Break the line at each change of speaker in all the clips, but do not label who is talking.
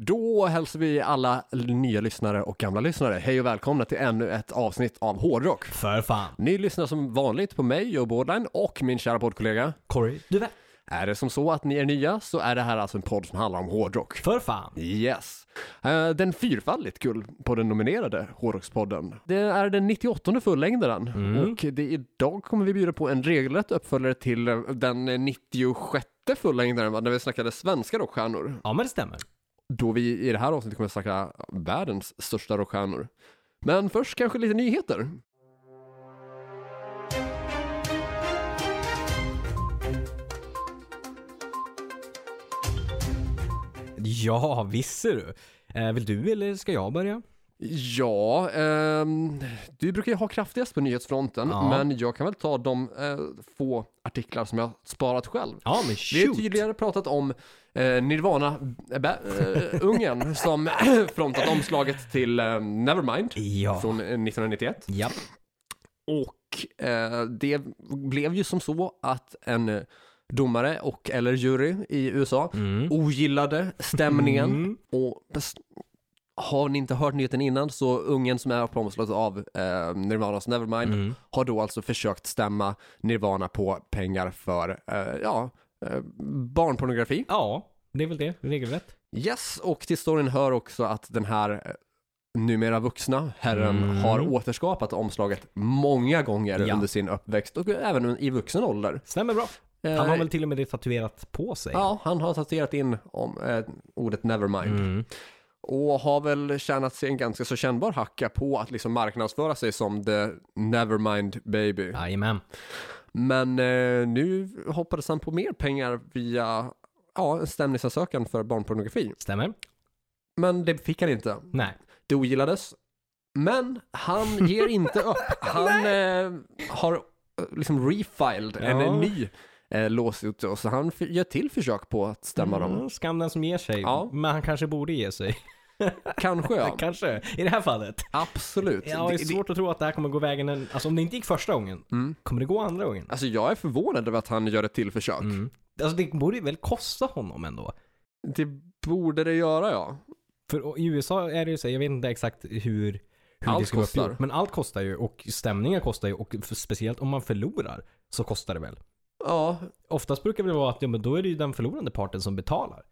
Då hälsar vi alla nya lyssnare och gamla lyssnare hej och välkomna till ännu ett avsnitt av Hårdrock.
För fan.
Ni lyssnar som vanligt på mig, Joe Bordline och min kära poddkollega.
Corey, du vet.
Är det som så att ni är nya så är det här alltså en podd som handlar om hårdrock.
För fan.
Yes. Eh, Den fyrfaldigt kul på den nominerade Hårdrockspodden. Det är den 98 fullängdaren och det, idag kommer vi bjuda på en regelrätt uppföljare till eh, den 96 fullängdaren va, när vi snackade svenska rockstjärnor.
Ja, men det stämmer.
Då vi i det här avsnittet kommer att snacka världens största rockstjärnor. Men först kanske lite nyheter.
Ja, visst ser du. Eh, vill du eller ska jag börja?
Ja, ehm, du brukar ju ha kraftigast på nyhetsfronten,
Ja.
men jag kan väl ta de eh, få artiklar som jag har sparat själv.
Ja, men
Vi har
shoot.
tidigare pratat om eh, Nirvana-ungen som frontat omslaget till eh, Nevermind
Ja.
från eh, 1991.
Ja.
Och eh, det blev ju som så att en eh, domare och eller jury i USA
Mm.
ogillade stämningen
Mm.
och bes- har ni inte hört nyheten innan så ungen som är på omslaget av eh, Nirvanas Nevermind
Mm.
har då alltså försökt stämma Nirvana på pengar för, eh, ja, eh, barnpornografi.
Ja, det är väl det. Regelrätt.
Yes, och till storyn hör också att den här eh, numera vuxna herren
Mm.
har återskapat omslaget många gånger
Ja.
under sin uppväxt och även i vuxen ålder. Eh,
Stämmer bra. Han har väl till och med det tatuerat på sig.
Ja, han har tatuerat in om, eh, ordet Nevermind.
Mm.
Och har väl tjänat sig en ganska så kännbar hacka på att liksom marknadsföra sig som the nevermind baby.
Jajamän.
Men eh, nu hoppades han på mer pengar via ja, en stämningsansökan för barnpornografi.
Stämmer.
Men det fick han inte.
Nej.
Det ogillades. Men han ger inte upp. Han eh, har eh, liksom refiled
Ja.
en ny eh, låsut och så han f- gör till försök på att stämma dem.
Mm, skam den som ger sig.
Ja.
Men han kanske borde ge sig.
Kanske ja,
Kanske. I det här fallet.
absolut.
Ja, det är
Det- Mm. det-
svårt att tro att det här kommer gå vägen. En, alltså om det inte gick första gången, kommer det gå andra gången?
Alltså jag är förvånad över att han gör ett till försök.
Mm. Alltså det borde ju väl kosta honom ändå?
Det borde det göra ja.
För i USA är det ju så, jag vet inte exakt hur, hur
Allt
det ska vara
kostar.
uppgjort. Men allt kostar ju och stämningar kostar ju och f- speciellt om man förlorar så kostar det väl.
Ja,
Oftast brukar det vara att ja, men då är det ju den förlorande parten som betalar.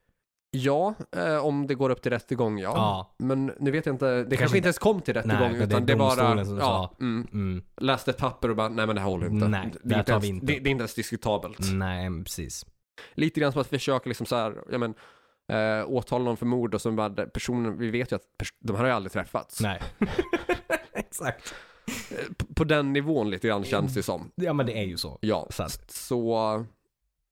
ja eh, om det går upp till rättegång ja.
Ja.
Men nu vet jag inte, det kanske,
Kanske-
inte ens kom till
Nej,
rättegång
men det är
utan det bara
domstolen som
ja,
sa.
mm,
Mm.
läste ett papper och bara nej men det här håller inte.
Nej,
det, är
det här
inte
tar
ens,
vi inte.
Det, det är inte ens diskutabelt.
Nej, men precis.
Lite grann som att försöka liksom så här, ja men eh, åtala någon för mord och så bara personen, vi vet ju att pers- de här har ju aldrig träffats.
Nej. exakt.
P- På den nivån lite grann känns det som.
Ja men det är ju så.
Ja,
Så
så,
att-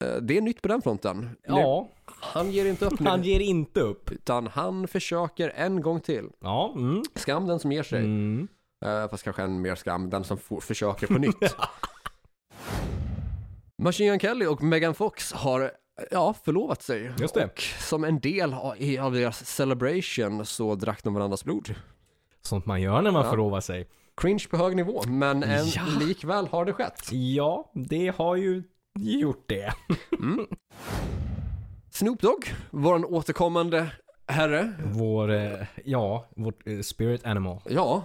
eh, det är nytt på den fronten. Nu,
Ja,
han ger inte upp nu.
han ger inte upp.
Utan han försöker en gång till.
Ja, mm.
Skam den som ger sig.
Mm.
Eh, fast kanske än mer skam den som for- försöker på nytt. Machine Gun Kelly och Megan Fox har eh, ja, förlovat sig.
Just det.
Och som en del av i- av deras celebration så drack de varandras blod.
Sånt man gör när man
Ja.
förlovar sig.
Cringe på hög nivå, men en,
Ja.
likväl har det skett.
Ja, det har ju gjort det.
Snoop Dogg, vår återkommande herre.
Vår, eh, ja, vårt eh, spirit animal.
Ja.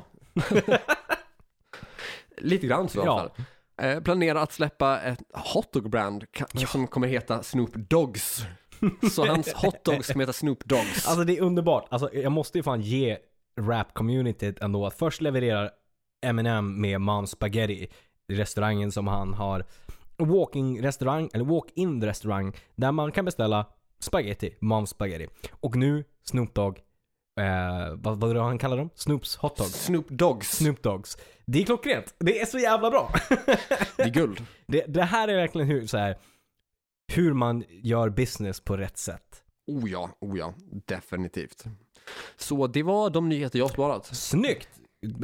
Lite grann så i alla
Ja.
fall. Eh, planerar att släppa ett hotdog-brand ka- som kommer heta Snoop Dogs. Så hans hotdogs kommer heta Snoop Dogs.
Alltså det är underbart. Alltså jag måste ju fan ge rap-communityt ändå att först levererar Eminem med Mom Spaghetti, restaurangen som han har. Walking restaurang, eller walk-in restaurang, där man kan beställa spaghetti, Mom Spaghetti. Och nu Snoop Dogg, eh, vad, vad är det han kallar dem? Snoops Hot Dogs.
Snoop Dogs.
Snoop Dogs. Det är klockrent. Det är så jävla bra.
Det är guld.
Det, det här är verkligen hur, så här, hur man gör business på rätt sätt.
Oh ja, oh ja, definitivt. Så det var de nyheter jag sparat.
Snyggt!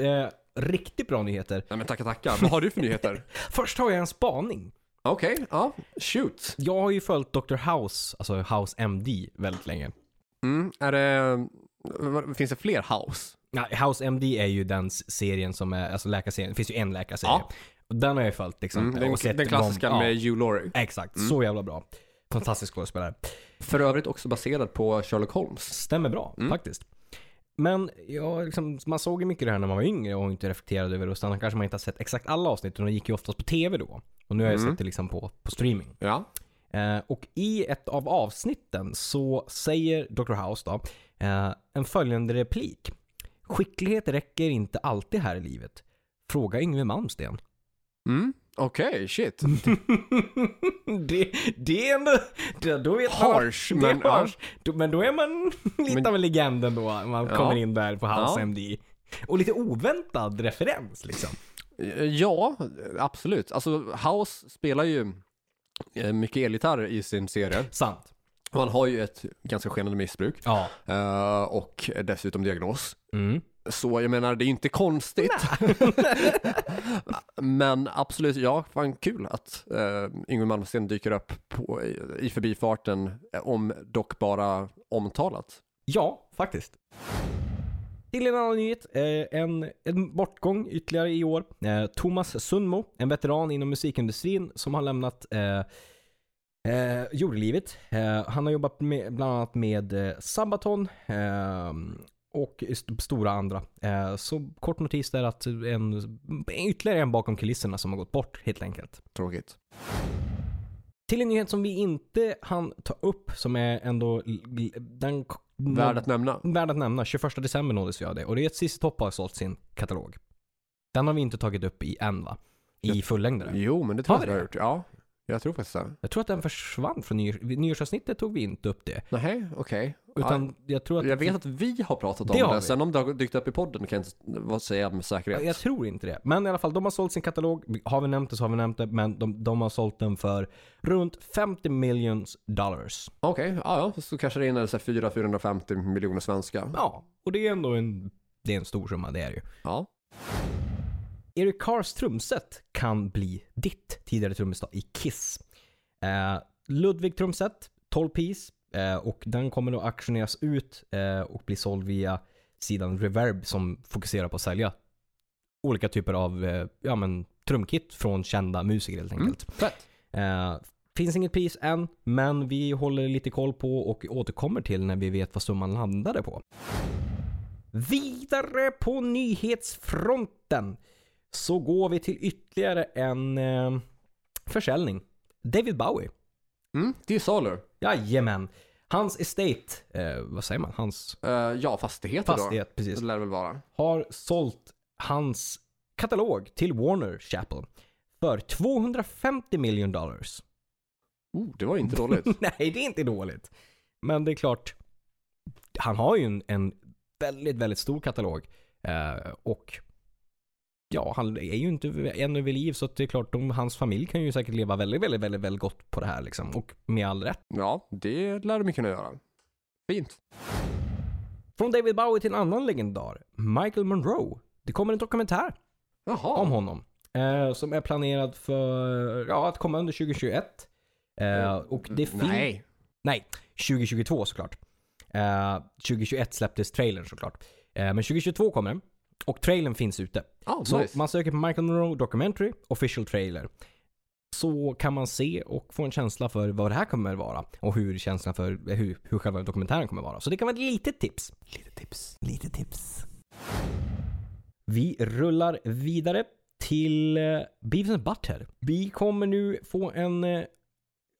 Eh, riktigt bra nyheter.
Nej men tackar tackar. Vad har du för nyheter?
Först har jag en spaning.
Okej, ja, shoot.
Jag har ju följt Dr. House, alltså House MD, väldigt länge.
Mm, är det, vad- finns det fler house?
Nej, House MD är ju den s- serien som är, alltså läkarserien, det finns ju en läkarserie.
Ja.
Och Den har jag följt liksom.
Mm, den,
och sett
den klassiska Mm.
dem-
med Hugh Laurie.
Ja, exakt, så jävla bra. Fantastisk skådespelare.
För övrigt också baserad på Sherlock Holmes.
Stämmer bra
Mm.
faktiskt. Men ja, liksom, man såg ju mycket det här när man var yngre och inte reflekterade över det. Och sen kanske man inte har sett exakt alla avsnitt. Och de gick ju oftast på tv då. Och nu har jag
Mm.
sett det liksom på, på streaming.
Ja.
Eh, och i ett av avsnitten så säger Dr. House då, eh, en följande replik. Skicklighet räcker inte alltid här i livet. Fråga Yngwie Malmsteen.
Mm. Okej, shit.
Mm. det, det är ändå... det- Då vet man-
Harsh,
det är
men ja.
harsh. Då, men då är man lite
Men-
av en legend ändå. Man
Ja.
kommer in där på hans
Ja.
MD. Och lite oväntad referens liksom.
Eh, Ja, absolut. Alltså, House spelar ju eh, mycket elgitarr i sin serie.
Sant.
Och Han har ju ett ganska skenande missbruk
Ja.
eh, och dessutom diagnos.
Mm.
Så jag menar, det är ju inte konstigt. Men absolut, ja, fan kul att eh, Yngwie Malmsteen dyker upp på, i, i förbifarten, eh, om dock bara omtalat.
Ja, faktiskt. Till en annan nyhet. Eh, en, en bortgång ytterligare i år. Eh, Thomas Sundmo, en veteran inom musikindustrin som har lämnat eh, eh, jordelivet. Eh, han har jobbat med, bland annat med eh, Sabaton eh, och st- stora andra. Eh, så kort notis där att en, ytterligare en bakom kulisserna som har gått bort helt enkelt.
Tråkigt.
Till en nyhet som vi inte hann ta upp som är ändå l- den Mm.
Värd att nämna.
Värd att nämna, 21 december nåddes vi av det och det är att sist topp har sålt sin katalog. Den har vi inte tagit upp i än va? I fullängdare.
Jo, men det tror
Mm. Har
jag
vi
jag har
det?
gjort. Ja, jag tror faktiskt det.
Jag tror att den försvann från nyår, vid nyårsavsnittet tog vi inte upp det.
Nej, okej.
Utan jag tror att...
Jag vet att vi har pratat om
Det
det,
har vi.
sen om det har dykt upp i podden kan jag inte vad säga med säkerhet.
Jag tror inte det. Men i alla fall, de har sålt sin katalog. Har vi nämnt det så har vi nämnt det. Men de, de har sålt den för runt 50 millions dollars.
Okej, ja, ja, så kanske det är en eller så här 400-450 miljoner svenska.
Ja, och det är ändå en, det är en stor summa, det är det ju.
Ja.
Eric Carrs trumset kan bli ditt. Tidigare trummis då i Kiss. Eh, Ludvig trumset, 12 piece. Eh, och den kommer då auktioneras ut eh, och bli såld via sidan Reverb som fokuserar på att sälja olika typer av eh, ja, men, trumkit från kända musiker helt enkelt.
Fett.
Eh, finns inget pris än, men vi håller lite koll på och återkommer till när vi vet vad summan landade på. Vidare på nyhetsfronten så går vi till ytterligare en eh, försäljning. David Bowie.
Mm, det är salu.
Jajamän. Hans estate, eh, vad säger man? Hans
Eh, ja, fastigheter
fastighet,
då.
precis.
Det lär det väl vara.
Har sålt hans katalog till Warner Chapel för 250 miljoner dollars.
Oh, det var ju inte dåligt.
Nej, det är inte dåligt. Men det är klart, han har ju en, en väldigt, väldigt stor katalog. Eh, och ja, han är ju inte ännu vid liv så att det är klart, de, hans familj kan ju säkert leva väldigt, väldigt, väldigt, väldigt gott på det här liksom. Och med all rätt.
ja, det lär de ju kunna göra. Fint.
Från David Bowie till en annan legendar, Michael Monroe. Det kommer en dokumentär
Jaha.
om honom. Eh, som är planerad för, ja, att komma under 2021. Eh, och det finns...
Nej.
Nej, 2022 såklart. Eh, 2021 släpptes trailern såklart. Eh, men 2022 kommer den. Och trailern finns ute.
Ja,
Så
Ah, nice.
man söker på Michael Monroe Documentary Official Trailer. Så kan man se och få en känsla för vad det här kommer vara. Och hur känslan för hur, hur själva dokumentären kommer vara. Så det kan vara ett litet tips. Lite tips. Lite tips. Vi rullar vidare till eh, Beavis and Butthead. Vi kommer nu få en, eh,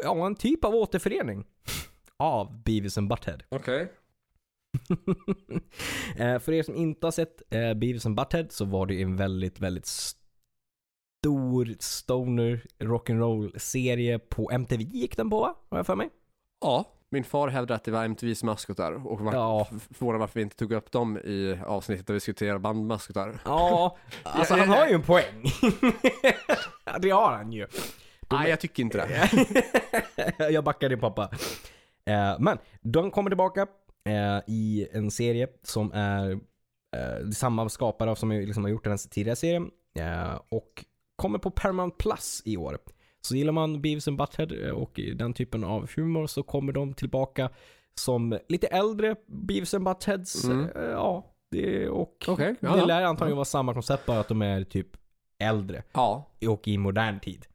ja, en typ av återförening av Beavis and Butthead.
Okej.
Eh, för er som inte har sett eh, Beavis and Butthead så var det ju en väldigt, väldigt stor stoner rock'n'roll serie på MTV gick den på va? Har jag för mig?
Ja. Min far hävdade att det var MTVs maskotar och var
Ja.
f- förvånad varför vi inte tog upp dem i avsnittet där vi diskuterade bandmaskotar.
Ja, alltså
Ja, ja,
han har ju en poäng. Ja, det har han ju.
Nej, jag tycker inte det.
jag backar din pappa. Eh, men de kommer tillbaka eh, i en serie som är eh, samma skapare som ju liksom har gjort den tidigare serien. Eh, och kommer på Paramount Plus i år. Så gillar man Beavis and Butthead eh, och den typen av humor så kommer de tillbaka som lite äldre Beavis and Buttheads.
Mm.
Eh, ja, det, och
Okej, ja,
det
ja.
lär antagligen vara samma koncept bara att de är typ äldre
Ja.
och i modern tid.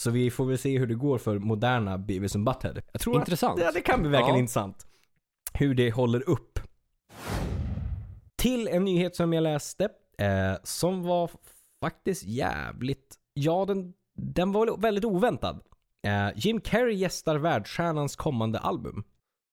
Så vi får väl se hur det går för moderna Beavis and Butthead. Jag tror att
Intressant.
Ja, det kan bli verkligen
Ja.
intressant. Hur det håller upp. Till en nyhet som jag läste. Eh, som var faktiskt jävligt... Ja, den, den var väl väldigt oväntad. Eh, Jim Carrey gästar världsstjärnans kommande album.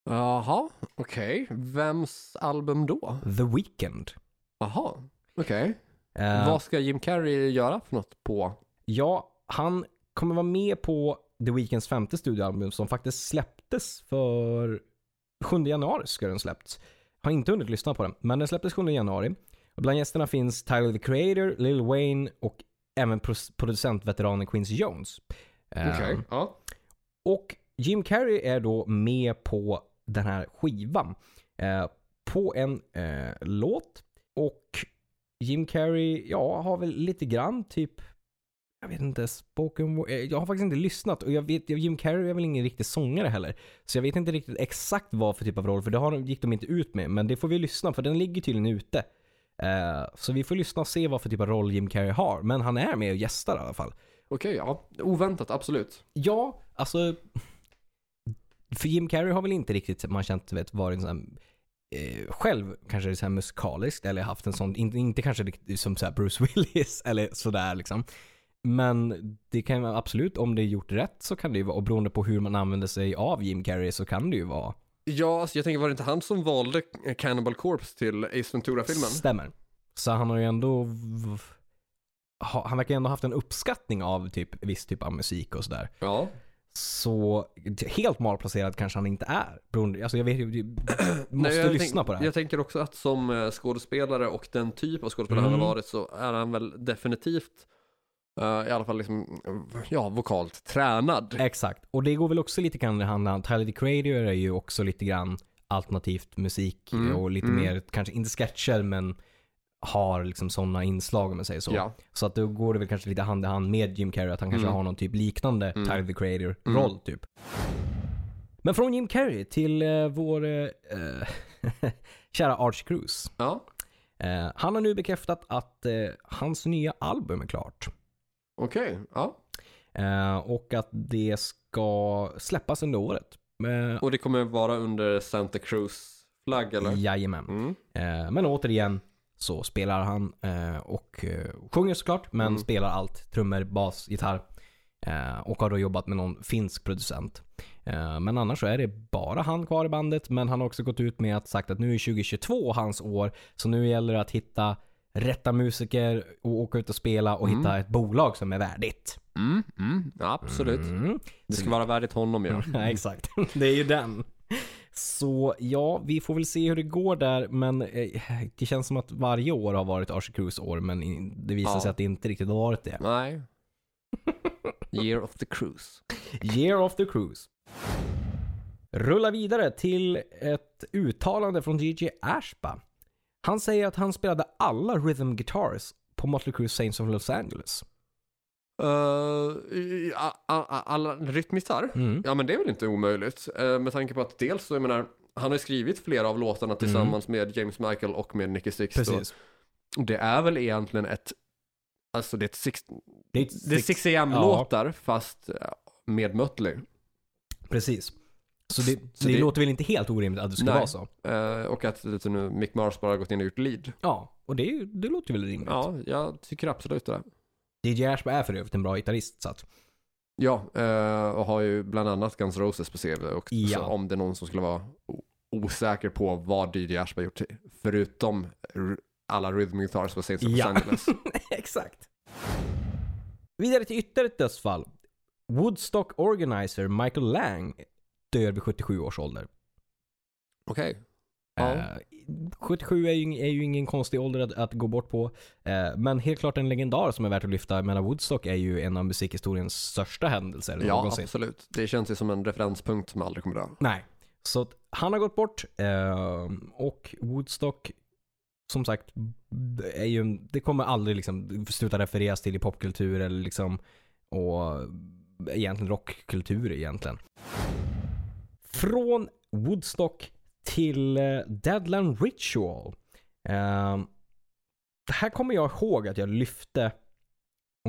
Jaha, okej. Vems album då?
The Weeknd.
Jaha, okej.
Eh,
Vad ska Jim Carrey göra för något på?
Ja, han kommer vara med på The Weeknds femte studioalbum som faktiskt släpptes för 7 januari ska den släppts. Har inte hunnit lyssna på den, men den släpptes 7 januari. Och bland gästerna finns Tyler the Creator, Lil Wayne och även pro- producentveteranen Quincy Jones. Eh,
Okej, ja.
och Jim Carrey är då med på den här skivan. Eh, på en eh, låt. Och Jim Carrey, ja, har väl lite grann typ, jag vet inte, spoken word. eh, Jag har faktiskt inte lyssnat och jag vet, Jim Carrey är väl ingen riktig sångare heller. Så jag vet inte riktigt exakt vad för typ av roll, för det har, de- gick de inte ut med. Men det får vi lyssna, för den ligger tydligen ute. Eh, så vi får lyssna och se vad för typ av roll Jim Carrey har. Men han är med och gästar i alla fall.
Okej, ja. Oväntat, absolut.
Ja, alltså. För Jim Carrey har väl inte riktigt man känt vet, varit så här, eh, själv kanske så här musikaliskt eller haft en sån, inte, inte kanske riktigt som så här Bruce Willis eller sådär liksom. Men det kan ju absolut, om det är gjort rätt så kan det ju vara, och beroende på hur man använder sig av Jim Carrey så kan det ju vara.
Ja, alltså jag tänker var det inte han som valde Cannibal Corpse till Ace Ventura-filmen?
Stämmer. Så han har ju ändå, ha- han verkar ju ändå haft en uppskattning av typ viss typ av musik och sådär.
Ja.
Så helt malplacerad kanske han inte är. Beroende, alltså jag vet ju, du måste
Nej, jag
lyssna
tänk-
på det här.
Jag tänker också att som eh, skådespelare och den typ av skådespelare han
Mm.
har varit så är han väl definitivt eh, i alla fall liksom, eh, ja, vokalt tränad.
Exakt. Och det går väl också lite grann i hand i hand. Tyler the Creator är ju också lite grann alternativt musik
Mm,
och lite
mm.
mer, kanske inte sketcher men har liksom sådana inslag om man säger så.
Ja.
Så att då går det väl kanske lite hand i hand med Jim Carrey att han kanske
Mm.
har någon typ liknande
Mm.
Tyler the Creator roll typ. Men från Jim Carrey till eh, vår eh, kära Arch Cruise.
Ja,
Eh, han har nu bekräftat att eh, hans nya album är klart.
okej. Ja.
Eh, och att det ska släppas under året. Eh,
Och det kommer vara under Santa Cruz-flagg eller?
jajamän.
Mm.
Eh, men återigen så spelar han eh, och eh, sjunger såklart, men
Mm.
spelar allt. Trummor, bas, gitarr. Eh, och har då jobbat med någon finsk producent. Eh, men annars så är det bara han kvar i bandet. Men han har också gått ut med att sagt att nu är 2022 hans år. Så nu gäller det att hitta rätta musiker och åka ut och spela och
Mm.
hitta ett bolag som är värdigt.
Mm. Mm. Absolut.
Mm.
Det ska vara värdigt honom ja.
Ja, exakt. Det är ju den. Så ja, vi får väl se hur det går där, men eh, det känns som att varje år har varit Archer Cruise år, men in- det visar
Ja.
sig att det inte riktigt har varit det.
Nej. Year of the Cruise.
Year of the Cruise. Rulla vidare till ett uttalande från DJ Ashba. Han säger att han spelade alla rhythm guitars på Motley Crue Saints of Los Angeles.
Eh, i- a- a- a- alla rytmisar?
Mm.
Ja men det är väl inte omöjligt. Eh, med tanke på att dels så, jag menar, han har ju skrivit flera av låtarna tillsammans med James Michael och med Nicky Six.
Mm. Precis.
Och Det är väl egentligen ett, alltså det är ett six,
Det är,
det är six AM-låtar fast eh, med Mötley.
Precis. Så det,
Så
det
det-
låter väl inte helt orimligt att det skulle
Nej.
vara så?
Eh, och att lite nu Mick Mars bara har gått in och gjort lead.
Ja, och det, är ju- det låter väl rimligt.
Ja, jag tycker absolut det.
DJ Ashby är för övrigt en bra gitarrist så att,
Ja, eh, och har ju bland annat Guns Roses på CV. Och
Ja.
så om det är någon som skulle vara o- osäker på vad DJ Ashby har gjort, förutom r- alla rhythm guitars på Saints of Los
Ja.
Angeles.
Exakt. Vidare till ytterligare ett dödsfall. Woodstock organizer Michael Lang dör vid 77 års ålder.
Okej. Ja.
Eh, 77 är ju, ing- är ju ingen konstig ålder att, att gå bort på. Eh, men helt klart en legendar som är värt att lyfta. Jag menar Woodstock är ju en av musikhistoriens största händelser
Ja,
någonsin.
absolut. Det känns ju som en referenspunkt som aldrig kommer dö.
Nej. Så att han har gått bort eh, och Woodstock, som sagt, det är ju, det kommer aldrig liksom sluta refereras till i popkultur eller liksom, och egentligen rockkultur egentligen. Från Woodstock till eh, Deadland Ehm, Ritual. Eh, det här kommer jag ihåg att jag lyfte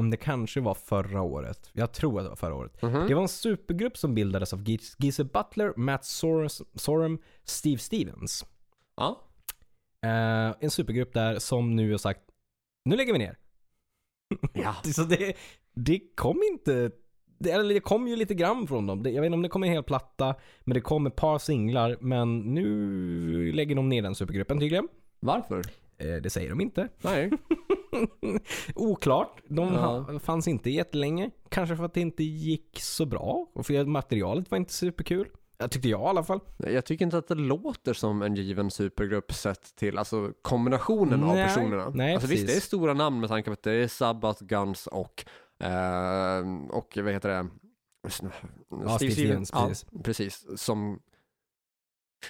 om det kanske var förra året. Jag tror att det var förra året.
Mhm.
Det var en supergrupp som bildades av Gis- Gise Butler, Matt Sor- Sorum, Steve Stevens.
Ja.
Eh, en supergrupp där som nu har sagt nu lägger vi ner.
ja.
Det- Så det, det kom inte, det, eller det kom ju lite grann från dem. Det, jag vet inte om det kom en hel platta, men det kom ett par singlar. Men nu lägger de ner den supergruppen tydligen.
Varför?
Eh, det säger de inte.
Nej.
Oklart. De
Ja.
ha, fanns inte jättelänge. Kanske för att det inte gick så bra. Och för att materialet var inte superkul. Jag tyckte jag i alla fall.
Jag tycker inte att det låter som en given supergrupp sett till alltså, kombinationen
Nej,
av personerna.
nej,
alltså, visst,
precis.
det är stora namn med tanke på att det är Sabbath, Guns och, eh, och vad heter det?
Steve Stevens, precis.
Ja, precis. Som,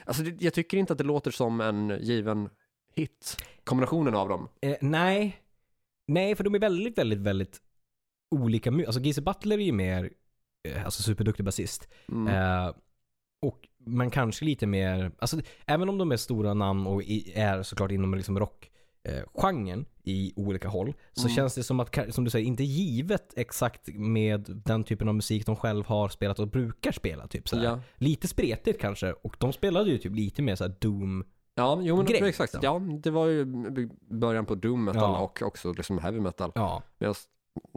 alltså, det, jag tycker inte att det låter som en given hit, kombinationen av dem.
Eh, nej. Nej, för de är väldigt, väldigt, väldigt olika. mu- Alltså Gise Butler är ju mer, eh, alltså superduktig basist.
Mm.
Eh, och, men kanske lite mer, alltså även om de är stora namn och i, är såklart inom liksom rockgenren i olika håll. Så
Mm.
känns det som att, ka- som du säger, inte givet exakt med den typen av musik de själv har spelat och brukar spela. Typ såhär.
Ja.
Lite spretigt kanske. Och de spelade ju typ lite mer såhär doom.
Ja, jo, men,
grej,
exakt.
liksom.
Ja, det var ju b- början på doom metal
Ja.
och också liksom heavy metal.
Ja.
Medan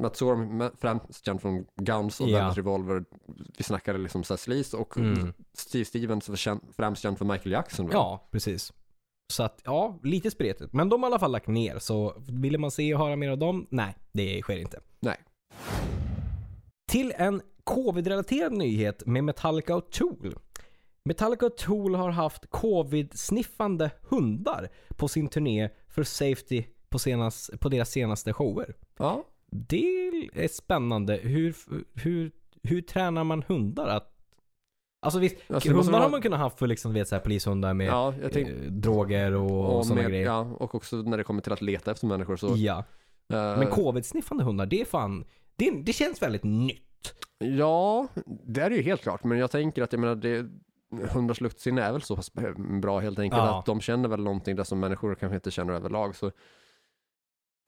Matt Sorum, me- främst känd från Guns och
Ja.
Velvet Revolver, vi snackade liksom så här sleaze och
Mm.
Steve Stevens var känd, främst känd för Michael Jackson. va?
Ja, precis. Så att, ja, lite spretigt. Men de har i alla fall lagt ner, så ville man se och höra mer av dem? Nej, det sker inte.
Nej.
Till en covid-relaterad nyhet med Metallica och Tool. Metallica och Tool har haft covid-sniffande hundar på sin turné för Safety på, senas, på deras senaste shower.
Ja,
Det är spännande. Hur, hur, hur tränar man hundar att... Alltså visst,
Alltså, det måste
hundar
vara-
har man kunnat haft för liksom, du vet, så här, polishundar med
ja jag tänkte...
eh, droger och, sådana
med,
grejer. Ja.
ja, och också när det kommer till att leta efter människor så... eh,
Men covid-sniffande hundar, det är fan, det, det känns väldigt nytt.
ja, det är ju helt klart. Men jag tänker att jag menar, det, hundars luktsinne är väl så pass bra helt enkelt.
Ja.
Att de känner väl någonting där som människor kanske inte känner överlag. Så,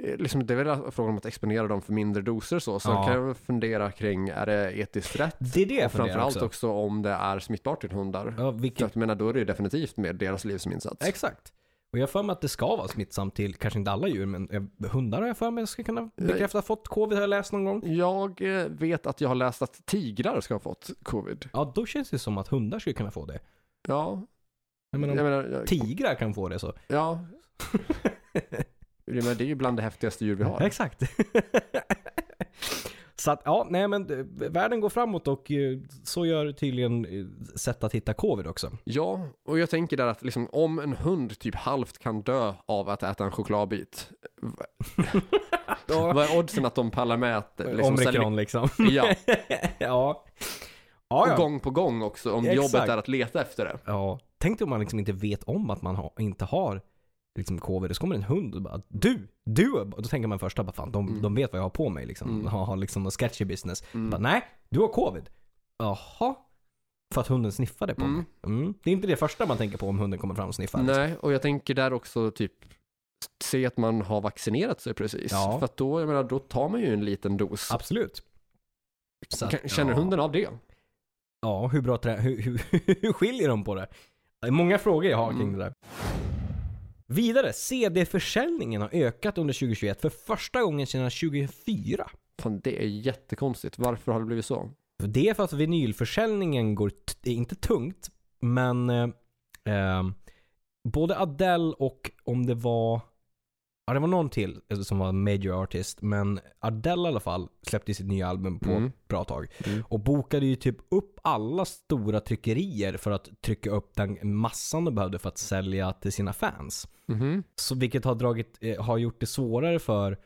eh, liksom, det är väl frågan om att exponera dem för mindre doser så. Sen
Ja.
kan jag fundera kring, är det etiskt rätt?
Det är det jag
Och
funderar
framförallt
också.
också. om det är smittbart till hundar.
Ja,
För
vilket,
att jag menar, då är det ju definitivt med deras liv som insats.
exakt. Och jag har för mig att det ska vara smittsamt till, kanske inte alla djur, men eh, hundar har jag för mig ska kunna bekräfta har fått covid, har jag läst någon gång.
Jag eh, vet att jag har läst att tigrar ska ha fått covid.
Ja, då känns det som att hundar skulle kunna få det.
Ja,
Jag
jag
menar, om
menar, jag,
tigrar kan få det så.
ja. Jag menar, det är ju bland det häftigaste djur vi har.
Exakt. så att, ja, nej men eh, världen går framåt och eh, så gör tydligen eh, sätt att hitta covid också.
Ja, och jag tänker där att liksom, om en hund typ halvt kan dö av att äta en chokladbit, v- vad är oddsen att de pallar med att eh, liksom,
Omikron liksom.
sälja- Ja,
ja. Ja,
och
ja.
gång på gång också, om
Exakt.
jobbet är att leta efter det.
ja. Tänk dig om man liksom inte vet om att man har, inte har liksom covid. Så kommer en hund och bara du, du. har-" Då tänker man först bara fan de, de vet vad jag har på mig liksom.
Mm.
Har, har liksom någon sketchy business.
Mm.
Bara, nej, du har covid. Jaha. För att hunden sniffade på
Mm.
mig. Mm. Det är inte det första man tänker på om hunden kommer fram och sniffar. liksom.
Nej, och jag tänker där också typ se att man har vaccinerat sig precis.
Ja.
För att då, jag menar, då tar man ju en liten dos.
Absolut. Så att,
Kan- Känner
ja.
hunden av det?
Ja, hur bra trä... Hur, hur, hur skiljer de på det? Det är många frågor jag har kring det där. Vidare, CD-försäljningen har ökat under 2021 för första gången sedan 2004.
Fan, det är jättekonstigt. Varför har det blivit så?
Det är för att vinylförsäljningen går, t- det är inte tungt, men eh, eh, både Adele och om det var, ja det var någon till eh, som var major artist, men Adele i alla fall släppte sitt nya album på
Mm.
bra tag.
Mm.
Och bokade ju typ upp alla stora tryckerier för att trycka upp den massan de behövde för att sälja till sina fans.
Mhm.
Så vilket har, dragit, eh, har gjort det svårare för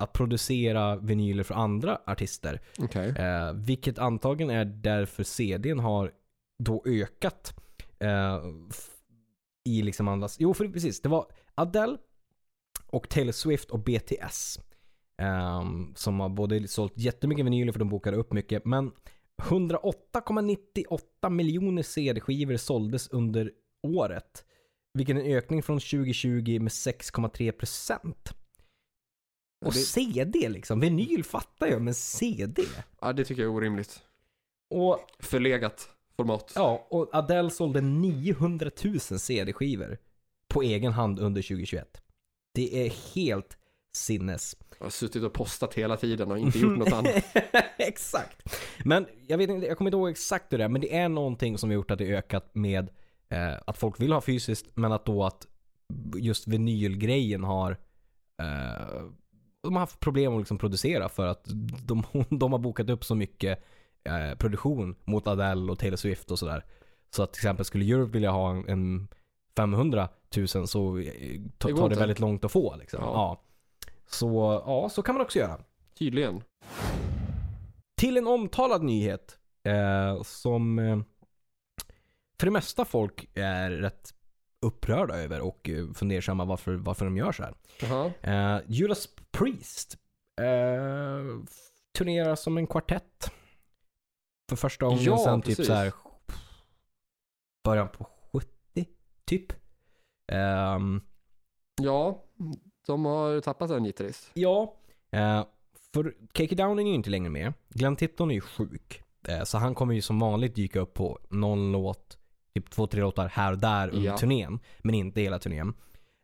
att producera vinyler för andra artister.
Okej.
Eh, vilket antagligen är därför CDn har då ökat. Eh, f- I liksom andras... Jo, för precis. Det var Adele och Taylor Swift och BTS. ehm, som har både sålt jättemycket vinyler för de bokade upp mycket. Men 108,98 miljoner CD-skivor såldes under året. Vilket är en ökning från 2020 med 6,3 procent. Och
det-
CD liksom. Vinyl fattar jag, men CD?
Ja, det tycker jag är orimligt.
Och
Förlegat format.
ja, och Adele sålde 900 000 CD-skivor på egen hand under 2021. Det är helt sinnes.
Jag har suttit och postat hela tiden och inte gjort något annat.
exakt. Men jag, vet inte, jag kommer inte ihåg exakt hur det är, men det är någonting som har gjort att det ökat med eh, att folk vill ha fysiskt, men att då att just vinylgrejen har eh, de har haft problem att liksom producera för att de, de har bokat upp så mycket eh, produktion mot Adele och Taylor Swift och sådär. Så att till exempel skulle Europe vilja ha en, en 500 000 så eh,
Det
tar
går
tar det
inte.
väldigt långt att få. Liksom.
Ja.
Ja. Så ja, så kan man också göra.
Tydligen.
Till en omtalad nyhet eh, som eh, för det mesta folk är rätt upprörda över och eh, fundersamma varför, varför de gör så här.
Jaha.
Eh, Judas Priest eh, f- turnerar som en kvartett. För första gången
Ja,
sedan
precis.
typ så här början på 70 typ. Ehm,
Ja, de har tappat en gitarrist.
Ja. Eh, för Keke Downing är ju inte längre med. Glenn Tipton är ju sjuk. Eh, så han kommer ju som vanligt dyka upp på någon låt, typ två, tre låtar här och där under
Ja.
turnén. Men inte hela turnén.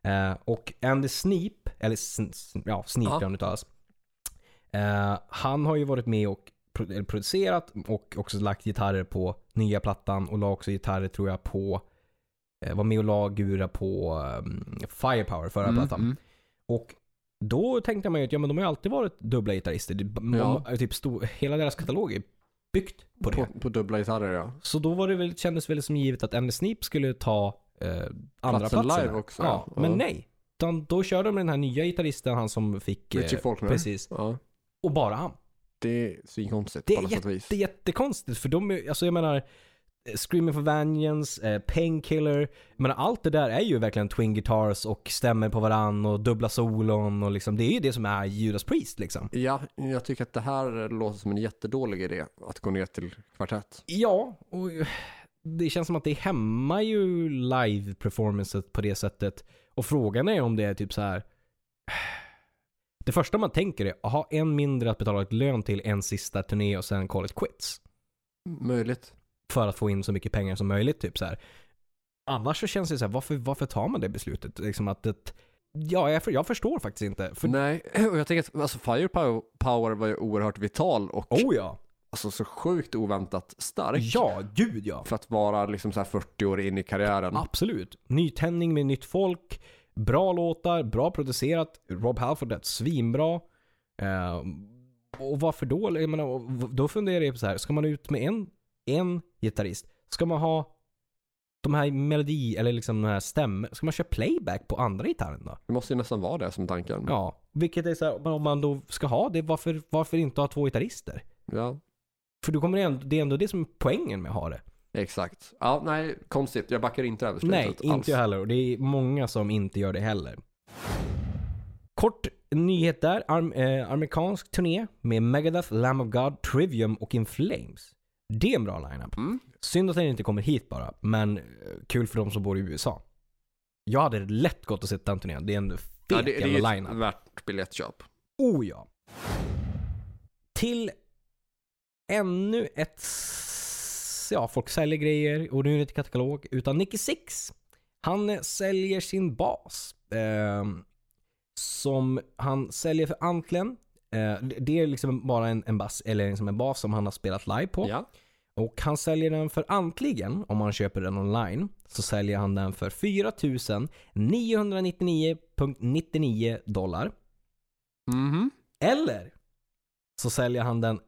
Eh, och Andy Sneap, eller sn, sn, ja, Sneap
Ja.
hur han uttalas. Eh, han har ju varit med och pro- eller producerat och också lagt gitarrer på nya plattan och la också gitarrer tror jag på, eh, var med och la gura på um, Firepower förra
Mm,
plattan. Och då tänkte man ju att ja, men de har ju alltid varit dubbla gitarrister. Det- m-
Ja.
m- Typ stor, hela deras katalog är byggt på det.
På, på dubbla gitarrer ja.
Så då var det väl, kändes väl som givet att Andy Sneap skulle ta eh, andra
Platsen
platsen.
live
där.
också,
Ja,
ja.
Men
Ja.
nej. Utan då körde de den här nya gitarristen, han som fick... eh,
Richie Faulkner.
Precis.
ja.
Och bara han.
Det är svinkonstigt
Det
på
är
alla sätt och vis.
jätte, jättekonstigt för de är, alltså jag menar eh, Screaming for Vengeance, eh, Painkiller. Men allt det där är ju verkligen twin guitars och stämmer på varann och dubbla solon och liksom. Det är ju det som är Judas Priest liksom.
Ja, jag tycker att det här låter som en jättedålig idé att gå ner till kvartett.
Ja, och det känns som att det hämmar ju live-performancet på det sättet. Och frågan är om det är typ så här. Det första man tänker är, ha en mindre att betala ett lön till, en sista turné och sen call it quits.
Möjligt.
För att få in så mycket pengar som möjligt. Typ så här. Annars så känns det så här, varför, varför tar man det beslutet? Liksom att det, ja, jag, för, jag förstår faktiskt inte. För,
Nej, och jag tänker att alltså, Firepower var ju oerhört vital och
oh ja.
alltså, så sjukt oväntat stark.
Ja, gud ja.
För att vara liksom så här 40 år in i karriären.
Absolut. Nytändning med nytt folk. Bra låtar, bra producerat. Rob Halford är svinbra. Eh, och varför då? Jag menar, och v- då funderar jag på så här. Ska man ut med en, en gitarrist? Ska man ha de här melodi eller liksom de här stämmor? Ska man köra playback på andra gitarren då?
Det måste ju nästan vara det som tanken.
Ja, vilket är så här, men om man då ska ha det, varför, varför inte ha två gitarrister?
ja.
För du kommer det ändå, det är ändå det som är poängen med att ha det.
Exakt. Ja, nej, konstigt. Jag backar inte det här beslutet
Nej,
alls.
inte jag heller. Och det är många som inte gör det heller. Kort nyhet där. Arm, eh, amerikansk turné med Megadeth, Lamb of God, Trivium och In Flames. Det är en bra lineup.
Mm.
Synd att den inte kommer hit bara, men eh, kul för de som bor i USA. Jag hade lätt gått och sett den turnén. Det är en fet
Ja, det, det
jävla
är
lineup.
ju värt biljettköp.
Oh ja. Till ännu ett... s- Ja, folk säljer grejer och nu är det inte katalog. Utan Nicky Six. Han eh, säljer sin bas. ehm, som han säljer för Antlen. Eh, det- det är liksom bara en, en, bass, eller liksom en bas som han har spelat live på.
Ja.
Och han säljer den för antligen, om man köper den online, så säljer han den för 4 999,99 dollar.
Mhm.
Eller så säljer han den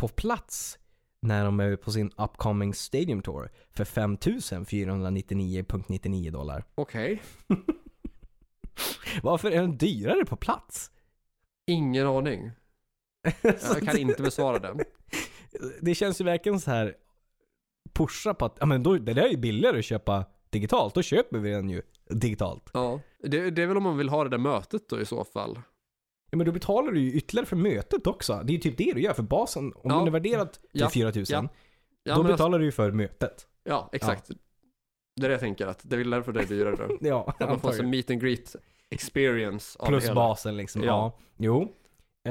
på plats när de är på sin upcoming stadium tour för 5499,99 dollar.
Okej.
Varför är den dyrare på plats?
Ingen aning.
Så
Jag kan inte besvara den.
Det känns ju verkligen så här pusha på att ja, men då, det där är ju billigare att köpa digitalt. Då köper vi den ju digitalt.
Ja. Det, det är väl om man vill ha det där mötet då i så fall.
Ja, men då betalar du ju ytterligare för mötet också. Det är ju typ det du gör för basen. Om
Ja.
den är värderad till
Ja.
4000,
Ja,
då
men alltså-
betalar du ju för mötet.
ja exakt. Det är det jag tänker, att det är väl därför det är dyrare. då.
Ja,
Att man får
antagligen.
en meet and greet experience av
Plus
det hela.
basen liksom. Ja.
Ja.
Jo.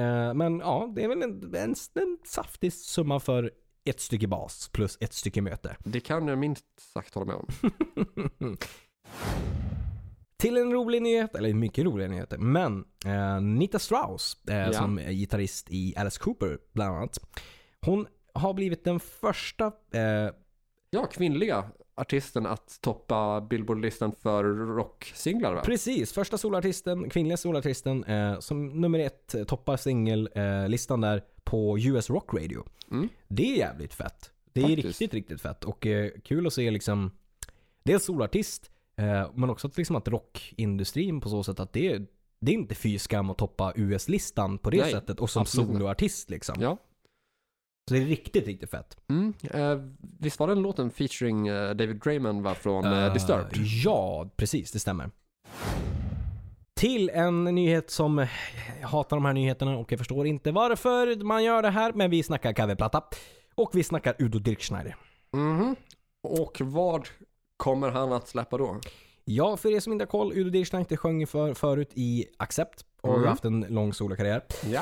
Eh, men ja, det är väl en, en, en saftig summa för ett stycke bas plus ett stycke möte.
Det kan jag minst sagt hålla med om.
Till en rolig nyhet, eller mycket roliga nyheter, men eh, Nita Strauss eh,
Ja.
som är gitarrist i Alice Cooper bland annat. Hon har blivit den första eh,
Ja, kvinnliga artisten att toppa Billboard-listan för rocksinglar va?
Precis, första solartisten, kvinnliga solartisten eh, som nummer ett eh, toppar singellistan eh, listan där på US Rock Radio.
Mm.
Det är jävligt fett. Det är
Faktiskt.
riktigt, riktigt fett och eh, kul att se liksom dels solartist eh, men också att, liksom att rockindustrin på så sätt att det är, det är inte fy skam att toppa US-listan på det
Nej,
sättet och som
absolut inte.
soloartist liksom.
Ja.
Så det är riktigt, riktigt fett.
Mm. Eh, visst var den låten featuring eh, David Drayman va, från eh,
Eh,
Disturbed?
Ja, precis. Det stämmer. Till en nyhet som... Jag hatar de här nyheterna och jag förstår inte varför man gör det här. Men vi snackar coverplatta. Och vi snackar Udo Dirkschneider.
Mhm. Och vad kommer han att släppa då?
Ja, för er som inte har koll. Udo Dirkschneider sjöng för, förut i Accept. Och har
Mm.
haft en lång solokarriär.
Ja.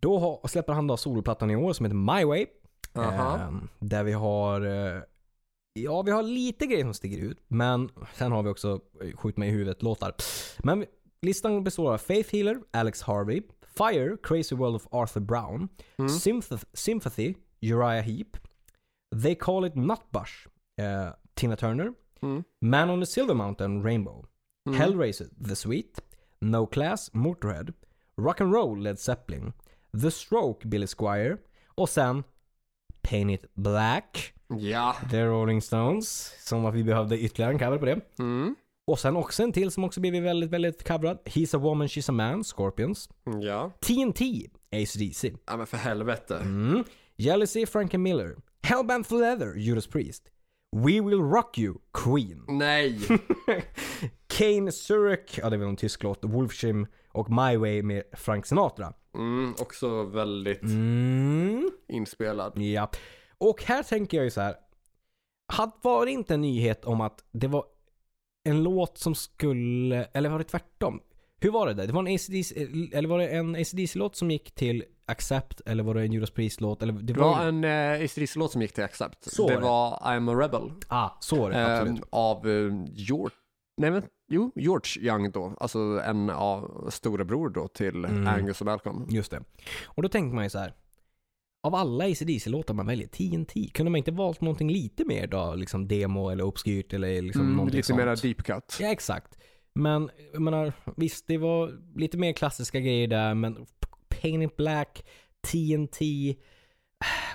Då har, släpper han då soloplattan i år som heter My Way.
Aha.
Ehm, där vi har... eh, Ja, vi har lite grejer som sticker ut. Men sen har vi också eh, Skjut mig i huvudet-låtar. Men vi- listan består av Faith Healer, Alex Harvey, Fire, Crazy World of Arthur Brown,
Mm.
Sympath- Sympathy, Uriah Heep, They Call It Nutbush, eh, Tina Turner,
Mm.
Man on the Silver Mountain, Rainbow, Hellraiser, The Sweet, No Class, Motorhead, Rock and Roll, Led Zeppelin, The Stroke, Billy Squire och sen Paint It Black,
Ja.
The Rolling Stones, som att vi behövde ytterligare en cover på det.
Mm.
Och sen också en till som också blivit väldigt, väldigt coverad. He's a woman, she's a man, Scorpions.
Ja.
TNT, ACDC.
Ja men för helvete.
Mm. Jealousy, Frankie Miller. Hellbent for Leather, Judas Priest. We Will Rock You, Queen.
Nej.
Kane Zurich, ja det är väl en tysk låt, Wolfshim och My Way med Frank Sinatra.
Mm, också väldigt
Mm,
inspelad.
ja. Och här tänker jag ju så här. Hade var det inte en nyhet om att det var en låt som skulle, eller var det tvärtom? Hur var det där? Det var en ACDC, eller var det en ACDC-låt som gick till Accept eller var det en Judas Priest-låt? Eller det
Det
var,
var en eh, ACDC-låt som gick till Accept.
Så
det
var det.
var I'm a Rebel.
Ah, så var det.
eh,
absolut.
av eh, George, nej men, jo, George Young då. Alltså en av storebror då till
Mm.
Angus och Malcolm.
Just det. Och då tänker man ju så här. Av alla ACDC-låtar man väljer, TNT, kunde man inte valt någonting lite mer då? Liksom demo eller obskyrt eller liksom
Mm,
någonting
lite
sånt.
mera deep cut.
Ja, exakt. Men jag menar, visst det var lite mer klassiska grejer där, men Pain in Black, TNT,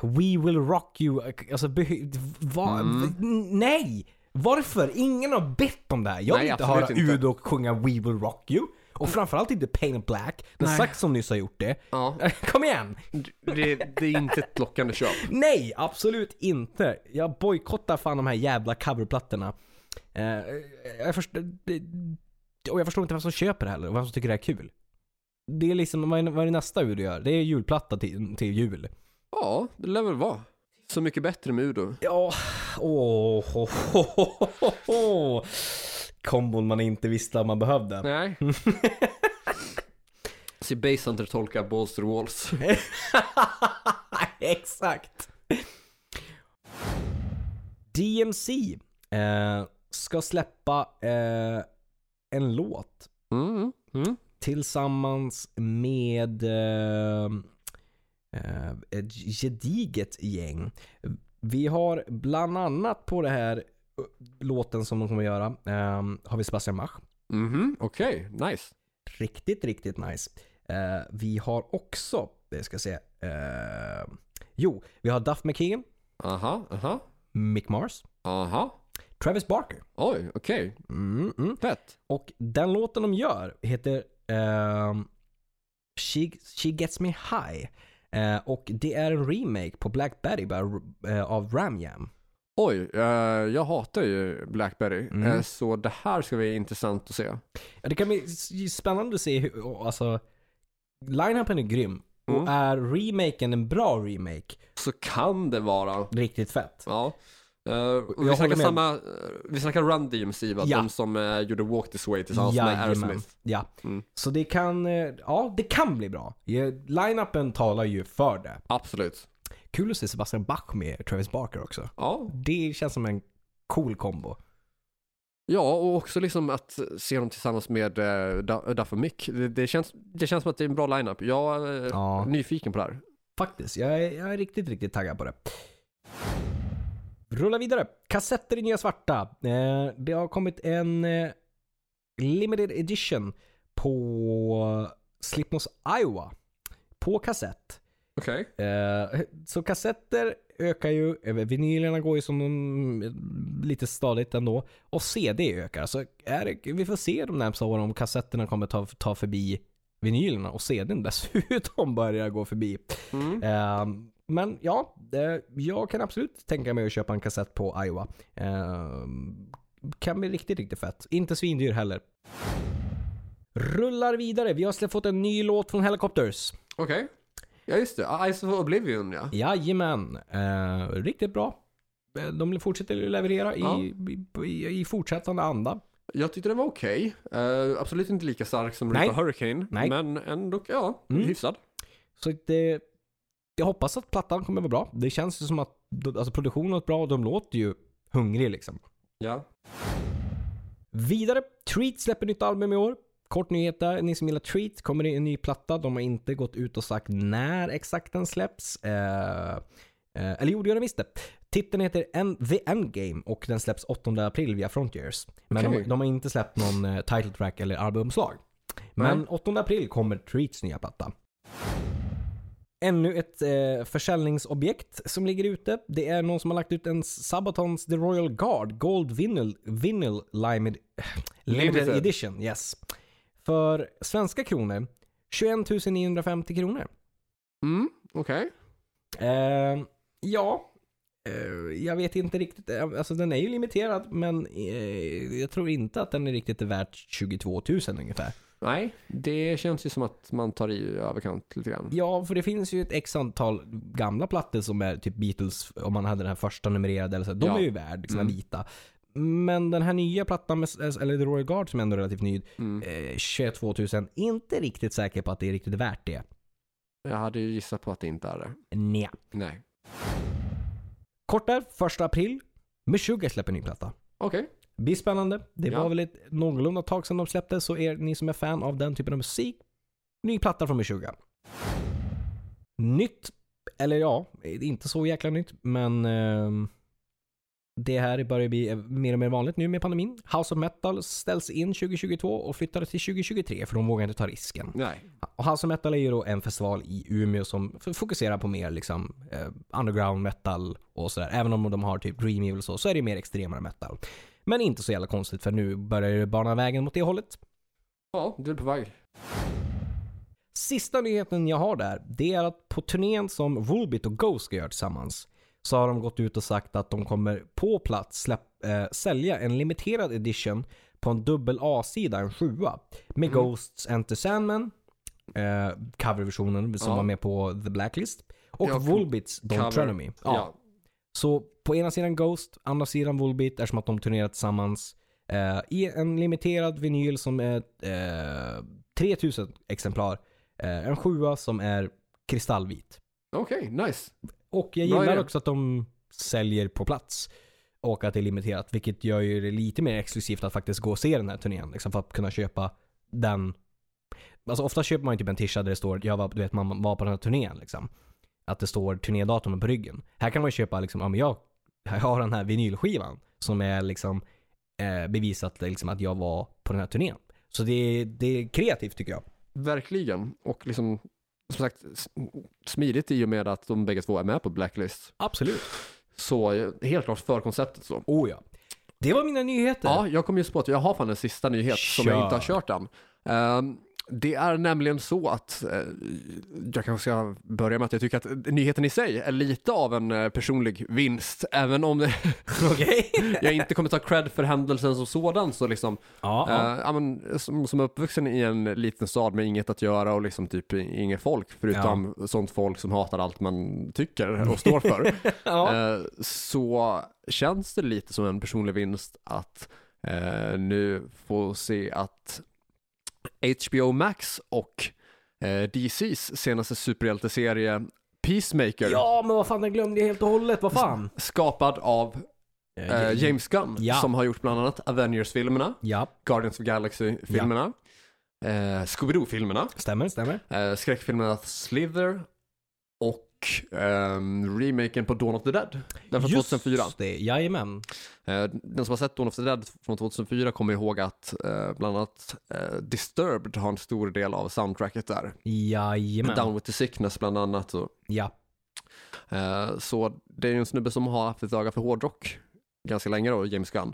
We Will Rock You, alltså behö- va-
Mm.
Nej! Varför? Ingen har bett om det här. Jag vill
Nej,
inte
absolut
höra
inte.
Udo sjunga We Will Rock You. Och framförallt inte Pain in Black, när
Nej.
Sax som nyss har gjort det.
Ja,
Kom igen!
det, det är inte ett lockande köp.
Nej, absolut inte. Jag bojkottar fan de här jävla coverplattorna. Eh, jag förstår, det- och jag förstår inte vem som köper det heller och vem som tycker det är kul. Det är liksom, vad är, vad är det nästa Udo gör? Det är julplatta till, till jul.
Ja, det lär väl vara. Så mycket bättre med Udo.
Ja, åh, ho, ho, ho, ho, ho. Kombon man inte visste att man behövde.
Nej. Så Basehunter tolkar Bolster Walls.
Exakt. DMC eh, ska släppa eh, en låt
Mm, mm.
tillsammans med eh, eh, ett gediget gäng. Vi har bland annat på det här eh, låten som de kommer göra eh, har vi Sebastian Bach.
Mhm, okej, nice.
Riktigt, riktigt nice. Eh, vi har också, det ska jag säga, eh, jo, vi har Duff McKagan,
Aha, aha,
Mick Mars,
aha.
Travis Barker.
Oj, okej,
Mm, mm.
fett.
Och den låten de gör heter ehm, She, She Gets Me High. Eh, och det är en remake på Black Betty by, eh, av Ram Jam.
Oj, eh, jag hatar ju Blackberry.
Mm.
Eh, så det här ska bli intressant att se.
Ja, Det kan bli s- spännande att se hur, och alltså, line-upen är grym.
Mm.
Och är remaken en bra remake?
Så kan det vara.
Riktigt fett.
Ja. Eh, och vi
håller
snackar
med.
samma, eh, vi snackar Run DMC va?
Ja.
De som eh, gjorde Walk This Way tillsammans med
Jajamän.
Aerosmith.
Ja.
Mm.
Så det kan, eh, ja det kan bli bra. Ja, Line-upen talar ju för det.
Absolut.
Kul att se Sebastian Bach med Travis Barker också.
Ja.
Det känns som en cool kombo.
ja, och också liksom att se dem tillsammans med eh, Da- Duff och Mick. Det, det, känns, det känns som att det är en bra lineup. Jag är eh,
Ja.
nyfiken på det här.
Faktiskt, jag är, jag är riktigt, riktigt taggad på det. Rulla vidare. Kassetter i nya svarta. Eh, det har kommit en eh, limited edition på Slipknots Iowa. På kassett.
Okej.
Eh, så kassetter ökar ju, eh, vinylerna går ju som de, eh, lite stadigt ändå. Och CD ökar. Så är det, vi får se de närmsta åren om kassetterna kommer ta, ta förbi vinylerna och CDn dessutom börjar gå förbi.
Mm.
Ehm, men ja, eh, jag kan absolut tänka mig att köpa en kassett på Iowa. Ehm, kan bli riktigt, riktigt fett. Inte svindyr heller. Rullar vidare. Vi har släppt fått en ny låt från Helicopters.
Okej. Ja, just det. Ice of Oblivion, ja.
Jajamän. Eh, riktigt bra. Eh, De fortsätter leverera
Ja.
i, i, i, i fortsättande anda.
Jag tyckte den var okej. Eh, absolut inte lika stark som
Nej.
Rita Hurricane.
Nej.
Men ändå, ja,
Mm.
hyfsad.
Så att det, jag hoppas att plattan kommer vara bra. Det känns ju som att alltså, produktionen är bra och de låter ju hungriga liksom.
Ja.
Vidare, Treat släpper nytt album i år. Kort nyhet där, ni som gillar Treat kommer det en ny platta. De har inte gått ut och sagt när exakt den släpps. Eh, eh, eller gjorde jag det visst det. Titeln heter End, The Endgame och den släpps 8 april via Frontiers. Men
Okej.
de, de har inte släppt någon eh, title track eller albumslag. Men
Nej.
8 april kommer Treats nya platta. Ännu ett eh, försäljningsobjekt som ligger ute. Det är någon som har lagt ut en Sabatons The Royal Guard Gold Vinyl, vinyl Limed, Limited,
Limited.
Edition. Yes. För svenska kronor 21 950 kronor.
Mm, okej.
Eh, ja, eh, jag vet inte riktigt. Eh, Alltså den är ju limiterad men eh, jag tror inte att den är riktigt värt 22 000 ungefär.
Nej, det känns ju som att man tar i överkant lite grann.
Ja, för det finns ju ett x antal gamla plattor som är typ Beatles, om man hade den här första numrerade eller så. De
Ja.
är ju värd sina
Mm.
vita. Men den här nya plattan, med, eller The Royal Guard som är ändå är relativt ny,
Mm.
eh, 22 000. Inte riktigt säker på att det är riktigt värt det.
Jag hade ju gissat på att det inte är det.
Nja.
Nej.
Kort där, 1 april. Meshuggah släpper ny platta.
Okej.
blir spännande. Det
Ja.
var väl ett någorlunda tag sedan de släppte, så er, ni som är fan av den typen av musik, ny platta från Meshuggah. Nytt, eller ja, inte så jäkla nytt, men ehm, det här börjar bli mer och mer vanligt nu med pandemin. House of Metal ställs in 2022 och flyttades till 2023 för de vågar inte ta risken.
Nej.
Och House of Metal är ju då en festival i Umeå som f- fokuserar på mer liksom eh, underground metal och sådär. Även om de har typ Dream Evil och så, så är det mer extremare metal. Men inte så jävla konstigt för nu börjar det bana vägen mot det hållet.
Ja, du är på väg.
Sista nyheten jag har där, det är att på turnén som Volbit och Ghost ska göra tillsammans så har de gått ut och sagt att de kommer på plats släpp, eh, sälja en limiterad edition på en dubbel A-sida, en sjua, med
Mm.
Ghosts Enter Sandman, eh, coverversionen som
Ja.
var med på The Blacklist, och
Ja,
ja,
och
Volbits Don't
cover.
Tread On Me. Ja.
Ja.
Så på ena sidan Ghost, andra sidan Volbeat eftersom att de turnerar tillsammans eh, i en limiterad vinyl som är eh, 3000 exemplar. Eh, en sjua som är kristallvit.
Okej, nice.
Och jag
Bra
gillar
idé.
också att de säljer på plats och att det är limiterat vilket gör ju det lite mer exklusivt att faktiskt gå och se den här turnén. Liksom för att kunna köpa den. Alltså ofta köper man ju typ en tisha där det står jag var, du vet, man var på den här turnén. Liksom. Att det står turnédatumen på ryggen. Här kan man ju köpa liksom, ja men jag, jag har den här vinylskivan som är liksom eh, bevisat liksom, att jag var på den här turnén. Så det är, det är kreativt tycker jag.
Verkligen. Och liksom, som sagt, s- smidigt i och med att de bägge två är med på Blacklist.
Absolut.
Så eh, helt klart för konceptet så.
Oh ja. Det var mina nyheter.
Ja, jag kom just på att jag har fan en sista nyhet som
Kör.
jag inte har kört än. Ehm, Det är nämligen så att, eh, jag kanske ska börja med att jag tycker att nyheten i sig är lite av en eh, personlig vinst. Även om
Okej.
jag inte kommer ta cred för händelsen som sådan så liksom,
Ja, ja.
eh, ja, men, som, som uppvuxen i en liten stad med inget att göra och liksom typ inget folk, förutom sånt folk som hatar allt man tycker och står för.
ja.
Eh, så känns det lite som en personlig vinst att eh, nu få se att HBO Max och eh, DCs senaste superhjälteserie Peacemaker,
ja, men vad fan, den glömde jag helt och hållet. Vad fan?
skapad av eh, James Gunn,
Ja.
som har gjort bland annat Avengers-filmerna,
Ja,
Guardians of Galaxy-filmerna, eh, Scooby-Doo-filmerna,
stämmer, stämmer.
eh, skräckfilmerna Slither och ehm, remaken på Dawn of the Dead, den från 2004.
Just det, jajamän.
Eh, Den som har sett Dawn of the Dead från 2004 kommer ihåg att eh, bland annat eh, Disturbed har en stor del av soundtracket där.
Jajamän.
Down with the sickness bland annat. Och,
Ja.
eh, så det är ju en snubbe som har haft ett öga för hårdrock ganska länge då, James Gunn.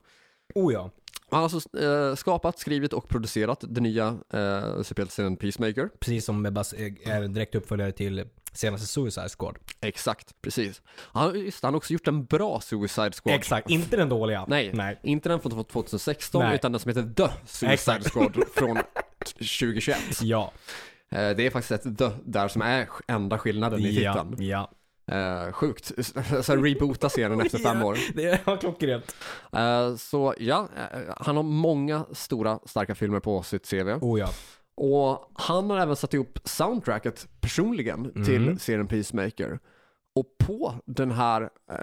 Oh ja.
Han har alltså eh, skapat, skrivit och producerat den nya eh, superhjälteserien Peacemaker.
Precis som med Bas- eh, är direkt uppföljare till senaste Suicide Squad.
Exakt, precis. Han, just, han har också gjort en bra Suicide Squad.
Exakt, inte den dåliga.
Nej,
Nej.
inte den från 2016
Nej.
utan den som heter The Suicide
Exakt.
Squad från 2021.
Ja.
Eh, Det är faktiskt ett dö där som är sk- enda skillnaden i
Ja.
titeln.
ja.
Eh, sjukt. Så reboota serien efter fem år.
Det var klockrent.
Eh, så ja, eh, han har många stora starka filmer på sitt CV.
Oh ja.
Och han har även satt ihop soundtracket personligen
Mm.
till serien Peacemaker. Och på den här eh,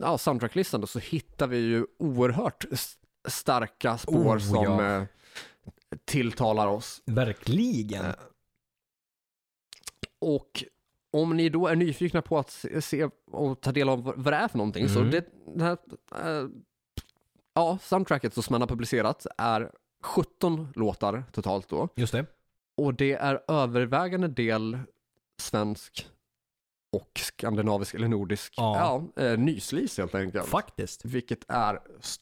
ja, soundtracklistan då, så hittar vi ju oerhört s- starka spår
Oh,
som
ja.
eh, tilltalar oss.
Verkligen.
Eh, Och om ni då är nyfikna på att se- se och ta del av vad vad det är för någonting så
Mm.
det, det här, eh, ja, soundtracket som man har publicerat är 17 låtar totalt då.
Just det.
Och det är övervägande del svensk och skandinavisk eller nordisk
Ja.
ja, eh, nyslis helt enkelt.
Faktiskt.
Vilket är s-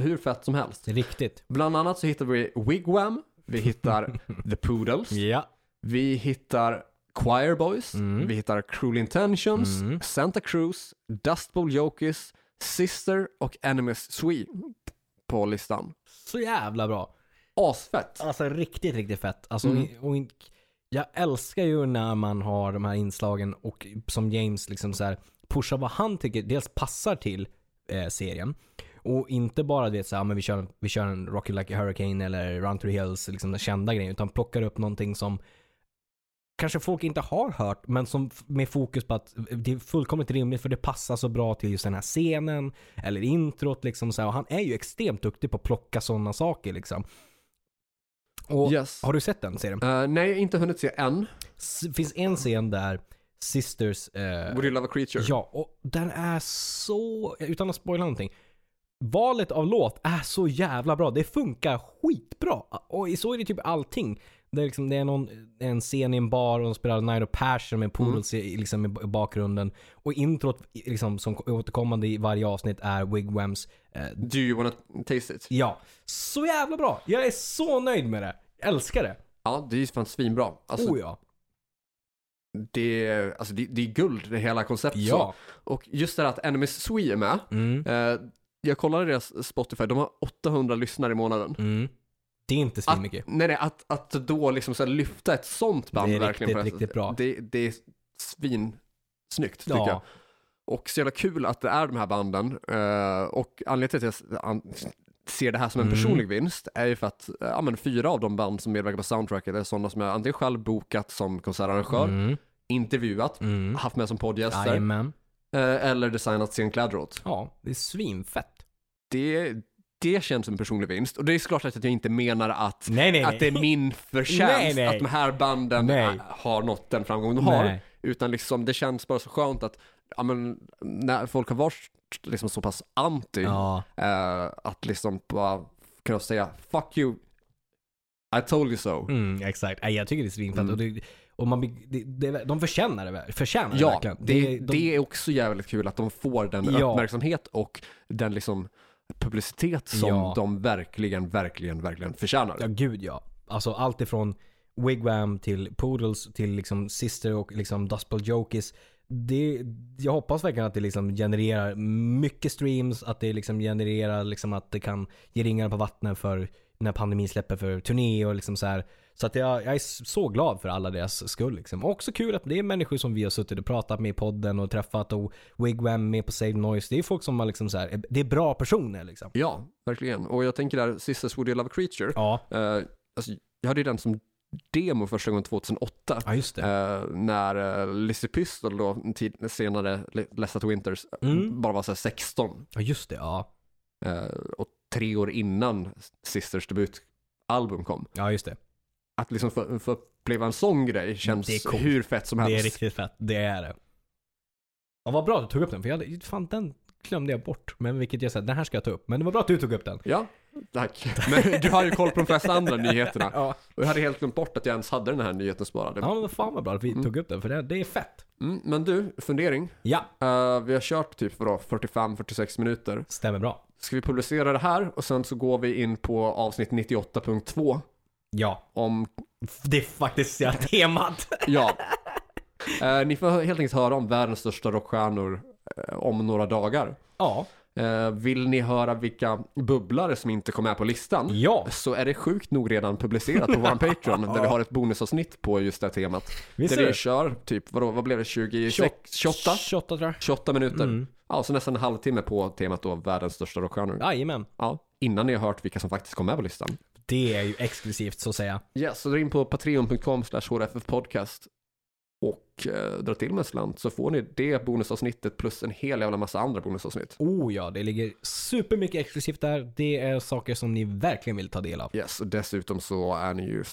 hur fett som helst.
Riktigt.
Bland annat så hittar vi Wigwam, vi hittar The Poodles,
Ja.
vi hittar Choir Boys,
Mm.
vi hittar Cruel Intentions,
Mm.
Santa Cruz, Dust Bowl Jokis, Sister och Enemies Sweet på listan.
Så jävla bra.
Asfett!
Alltså riktigt, riktigt fett. Alltså,
Mm.
i- och in, jag älskar ju när man har de här inslagen och som James liksom så här pushar vad han tycker dels passar till eh, serien. Och inte bara det så här, men vi kör, vi kör en Rocky Like a Hurricane eller Run to the Hills, liksom den kända grejen. Utan plockar upp någonting som kanske folk inte har hört, men som f- med fokus på att det är fullkomligt rimligt för det passar så bra till just den här scenen eller introt liksom så här. Och han är ju extremt duktig på att plocka sådana saker liksom. Och
Yes.
har du sett den serien?
Eh, nej, jag har inte hunnit se än.
S- finns en scen där Sisters... Eh,
Would you love a creature?
ja, och den är så... Utan att spoila någonting. Valet av låt är så jävla bra. Det funkar skitbra. Och så är det typ allting. Det är, liksom, det är någon, en scen i en bar och de spelar Nino Persson med Poodles i, liksom, i b- bakgrunden. Och introt i- liksom, som återkommande i varje avsnitt är Wigwams eh,
Do you wanna taste it?
Ja, så jävla bra. Jag är så nöjd med det. Jag älskar det.
Ja, det är ju fan svinbra. Alltså,
oh ja.
det, är- alltså, det, det är guld, det hela konceptet.
Ja.
Och just det här att Enemies Swee är med.
Mm.
Eh, jag kollade deras Spotify, de har 800 lyssnare i månaden.
Mm. Det är inte
Att,
svinmycket.
nej, nej, att, att då liksom så här lyfta ett sånt band
Det är
verkligen
riktigt,
på det här sättet,
riktigt bra.
Det, det är svinsnyggt tycker jag.
Ja.
Och så jävla kul att det är de här banden. Eh, och anledningen till att jag an- ser det här som en
Mm.
personlig vinst är ju för att eh, ja, men fyra av de band som medverkar på soundtracket är sådana som jag antingen själv bokat som konsertarrangör,
Mm.
intervjuat,
Mm.
haft med som poddgäster
Jajamän.
eh, eller designat scenkläder åt.
Ja, det är svinfett.
Det, det känns som en personlig vinst. Och det är såklart att jag inte menar att
Nej, nej,
att det är min förtjänst
Nej, nej.
att de här banden
Nej.
äh, har nått den framgång de har.
Nej.
Utan liksom, det känns bara så skönt att ja, men, när folk har varit liksom så pass anti,
Ja.
eh, att liksom bara kunna säga fuck you, I told you so.
Mm, exakt. Nej, jag tycker det är svinfett.
Mm.
Och, det, och man, blir- det, det, de förtjänar det. väl- Förtjänar det
Ja,
verkligen.
det,
de,
det är också jävligt kul att de får den
Ja.
uppmärksamhet och den liksom publicitet som
Ja.
de verkligen, verkligen, verkligen förtjänar.
Ja, gud ja. Alltså allt ifrån Wigwam till Poodles till liksom Sister och liksom Dustball Jokies. Det, jag hoppas verkligen att det liksom genererar mycket streams, att det liksom genererar liksom att det kan ge ringar på vattnet för när pandemin släpper för turné och liksom så här. Så att jag, jag är så glad för alla deras skull liksom. Och också kul att det är människor som vi har suttit och pratat med i podden och träffat och Wigwam med på Save Noise. Det är folk som har liksom så här, det är bra personer liksom.
Ja, verkligen. Och jag tänker där, Sisters Would You Love a Creature.
Ja,
Eh, alltså, jag hade ju den som demo första gången 2008.
ja just det.
Eh, när uh, Lizzy Pistol då, en tid senare, Le- Less at Winters,
Mm.
bara var så här 16.
Ja just det, ja.
eh, och tre år innan Sisters debutalbum kom.
Ja just det.
Att liksom få få uppleva en sån grej känns
Det är coolt.
hur fett som
Det
helst.
är riktigt fett. Det är det. Ja, vad bra att du tog upp den. För jag hade, fan, den glömde jag bort. Men vilket jag sa, den här ska jag ta upp. Men det var bra att du tog upp den.
Ja, tack. Men du har ju koll på de flesta andra nyheterna.
Ja,
Och jag hade helt glömt bort att jag ens hade den här nyheten sparad.
ja men fan vad bra att vi tog upp den. För det, det är fett.
Mm, men du, fundering.
Ja,
Eh, vi har kört typ vadå, 45-46 minuter.
stämmer bra.
Ska vi publicera det här och sen så går vi in på avsnitt 98.2
Ja,
om,
det är faktiskt ja, temat.
ja. Eh, ni får helt enkelt höra om världens största rockstjärnor eh, om några dagar.
Ja,
Eh, vill ni höra vilka bubblare som inte kom med på listan?
ja.
Så är det sjukt nog redan publicerat på vår Patreon där vi har ett bonusavsnitt på just det här temat.
Visst
där
är
vi
det?
kör typ, vadå, vad blev det, 26, 28?
28 tror jag.
28 minuter.
Mm.
Ja, så nästan en halvtimme på temat då världens största rockstjärnor.
Jajamän.
Ja, innan ni har hört vilka som faktiskt kom med på listan.
Det är ju exklusivt så att säga.
Ja, så dra in på patreon.com slash hrffpodcast och eh, dra till med en slant så får ni det bonusavsnittet plus en hel jävla massa andra bonusavsnitt.
Oh ja, det ligger supermycket exklusivt där. Det är saker som ni verkligen vill ta del av.
Yes, och dessutom så är ni ju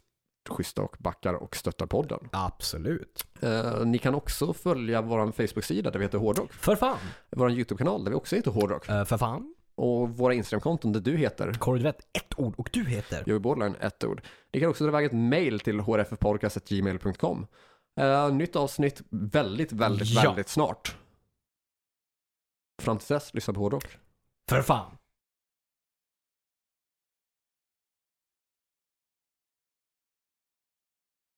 schyssta och backar och stöttar podden.
Absolut.
Eh, ni kan också följa vår Facebook-sida där vi heter Hårdrock,
För fan.
vår YouTube-kanal där vi också heter Hårdrock
Eh, för fan.
och våra Instagram-konton där du heter
Korvett, ett ord och du heter?
Joey Borderline, ett ord. Ni kan också dra iväg ett mail till hrffpodcast.gmail.com. Eh, nytt avsnitt väldigt, väldigt,
Ja.
väldigt snart. Fram till dess, lyssna på hårdrock.
För fan.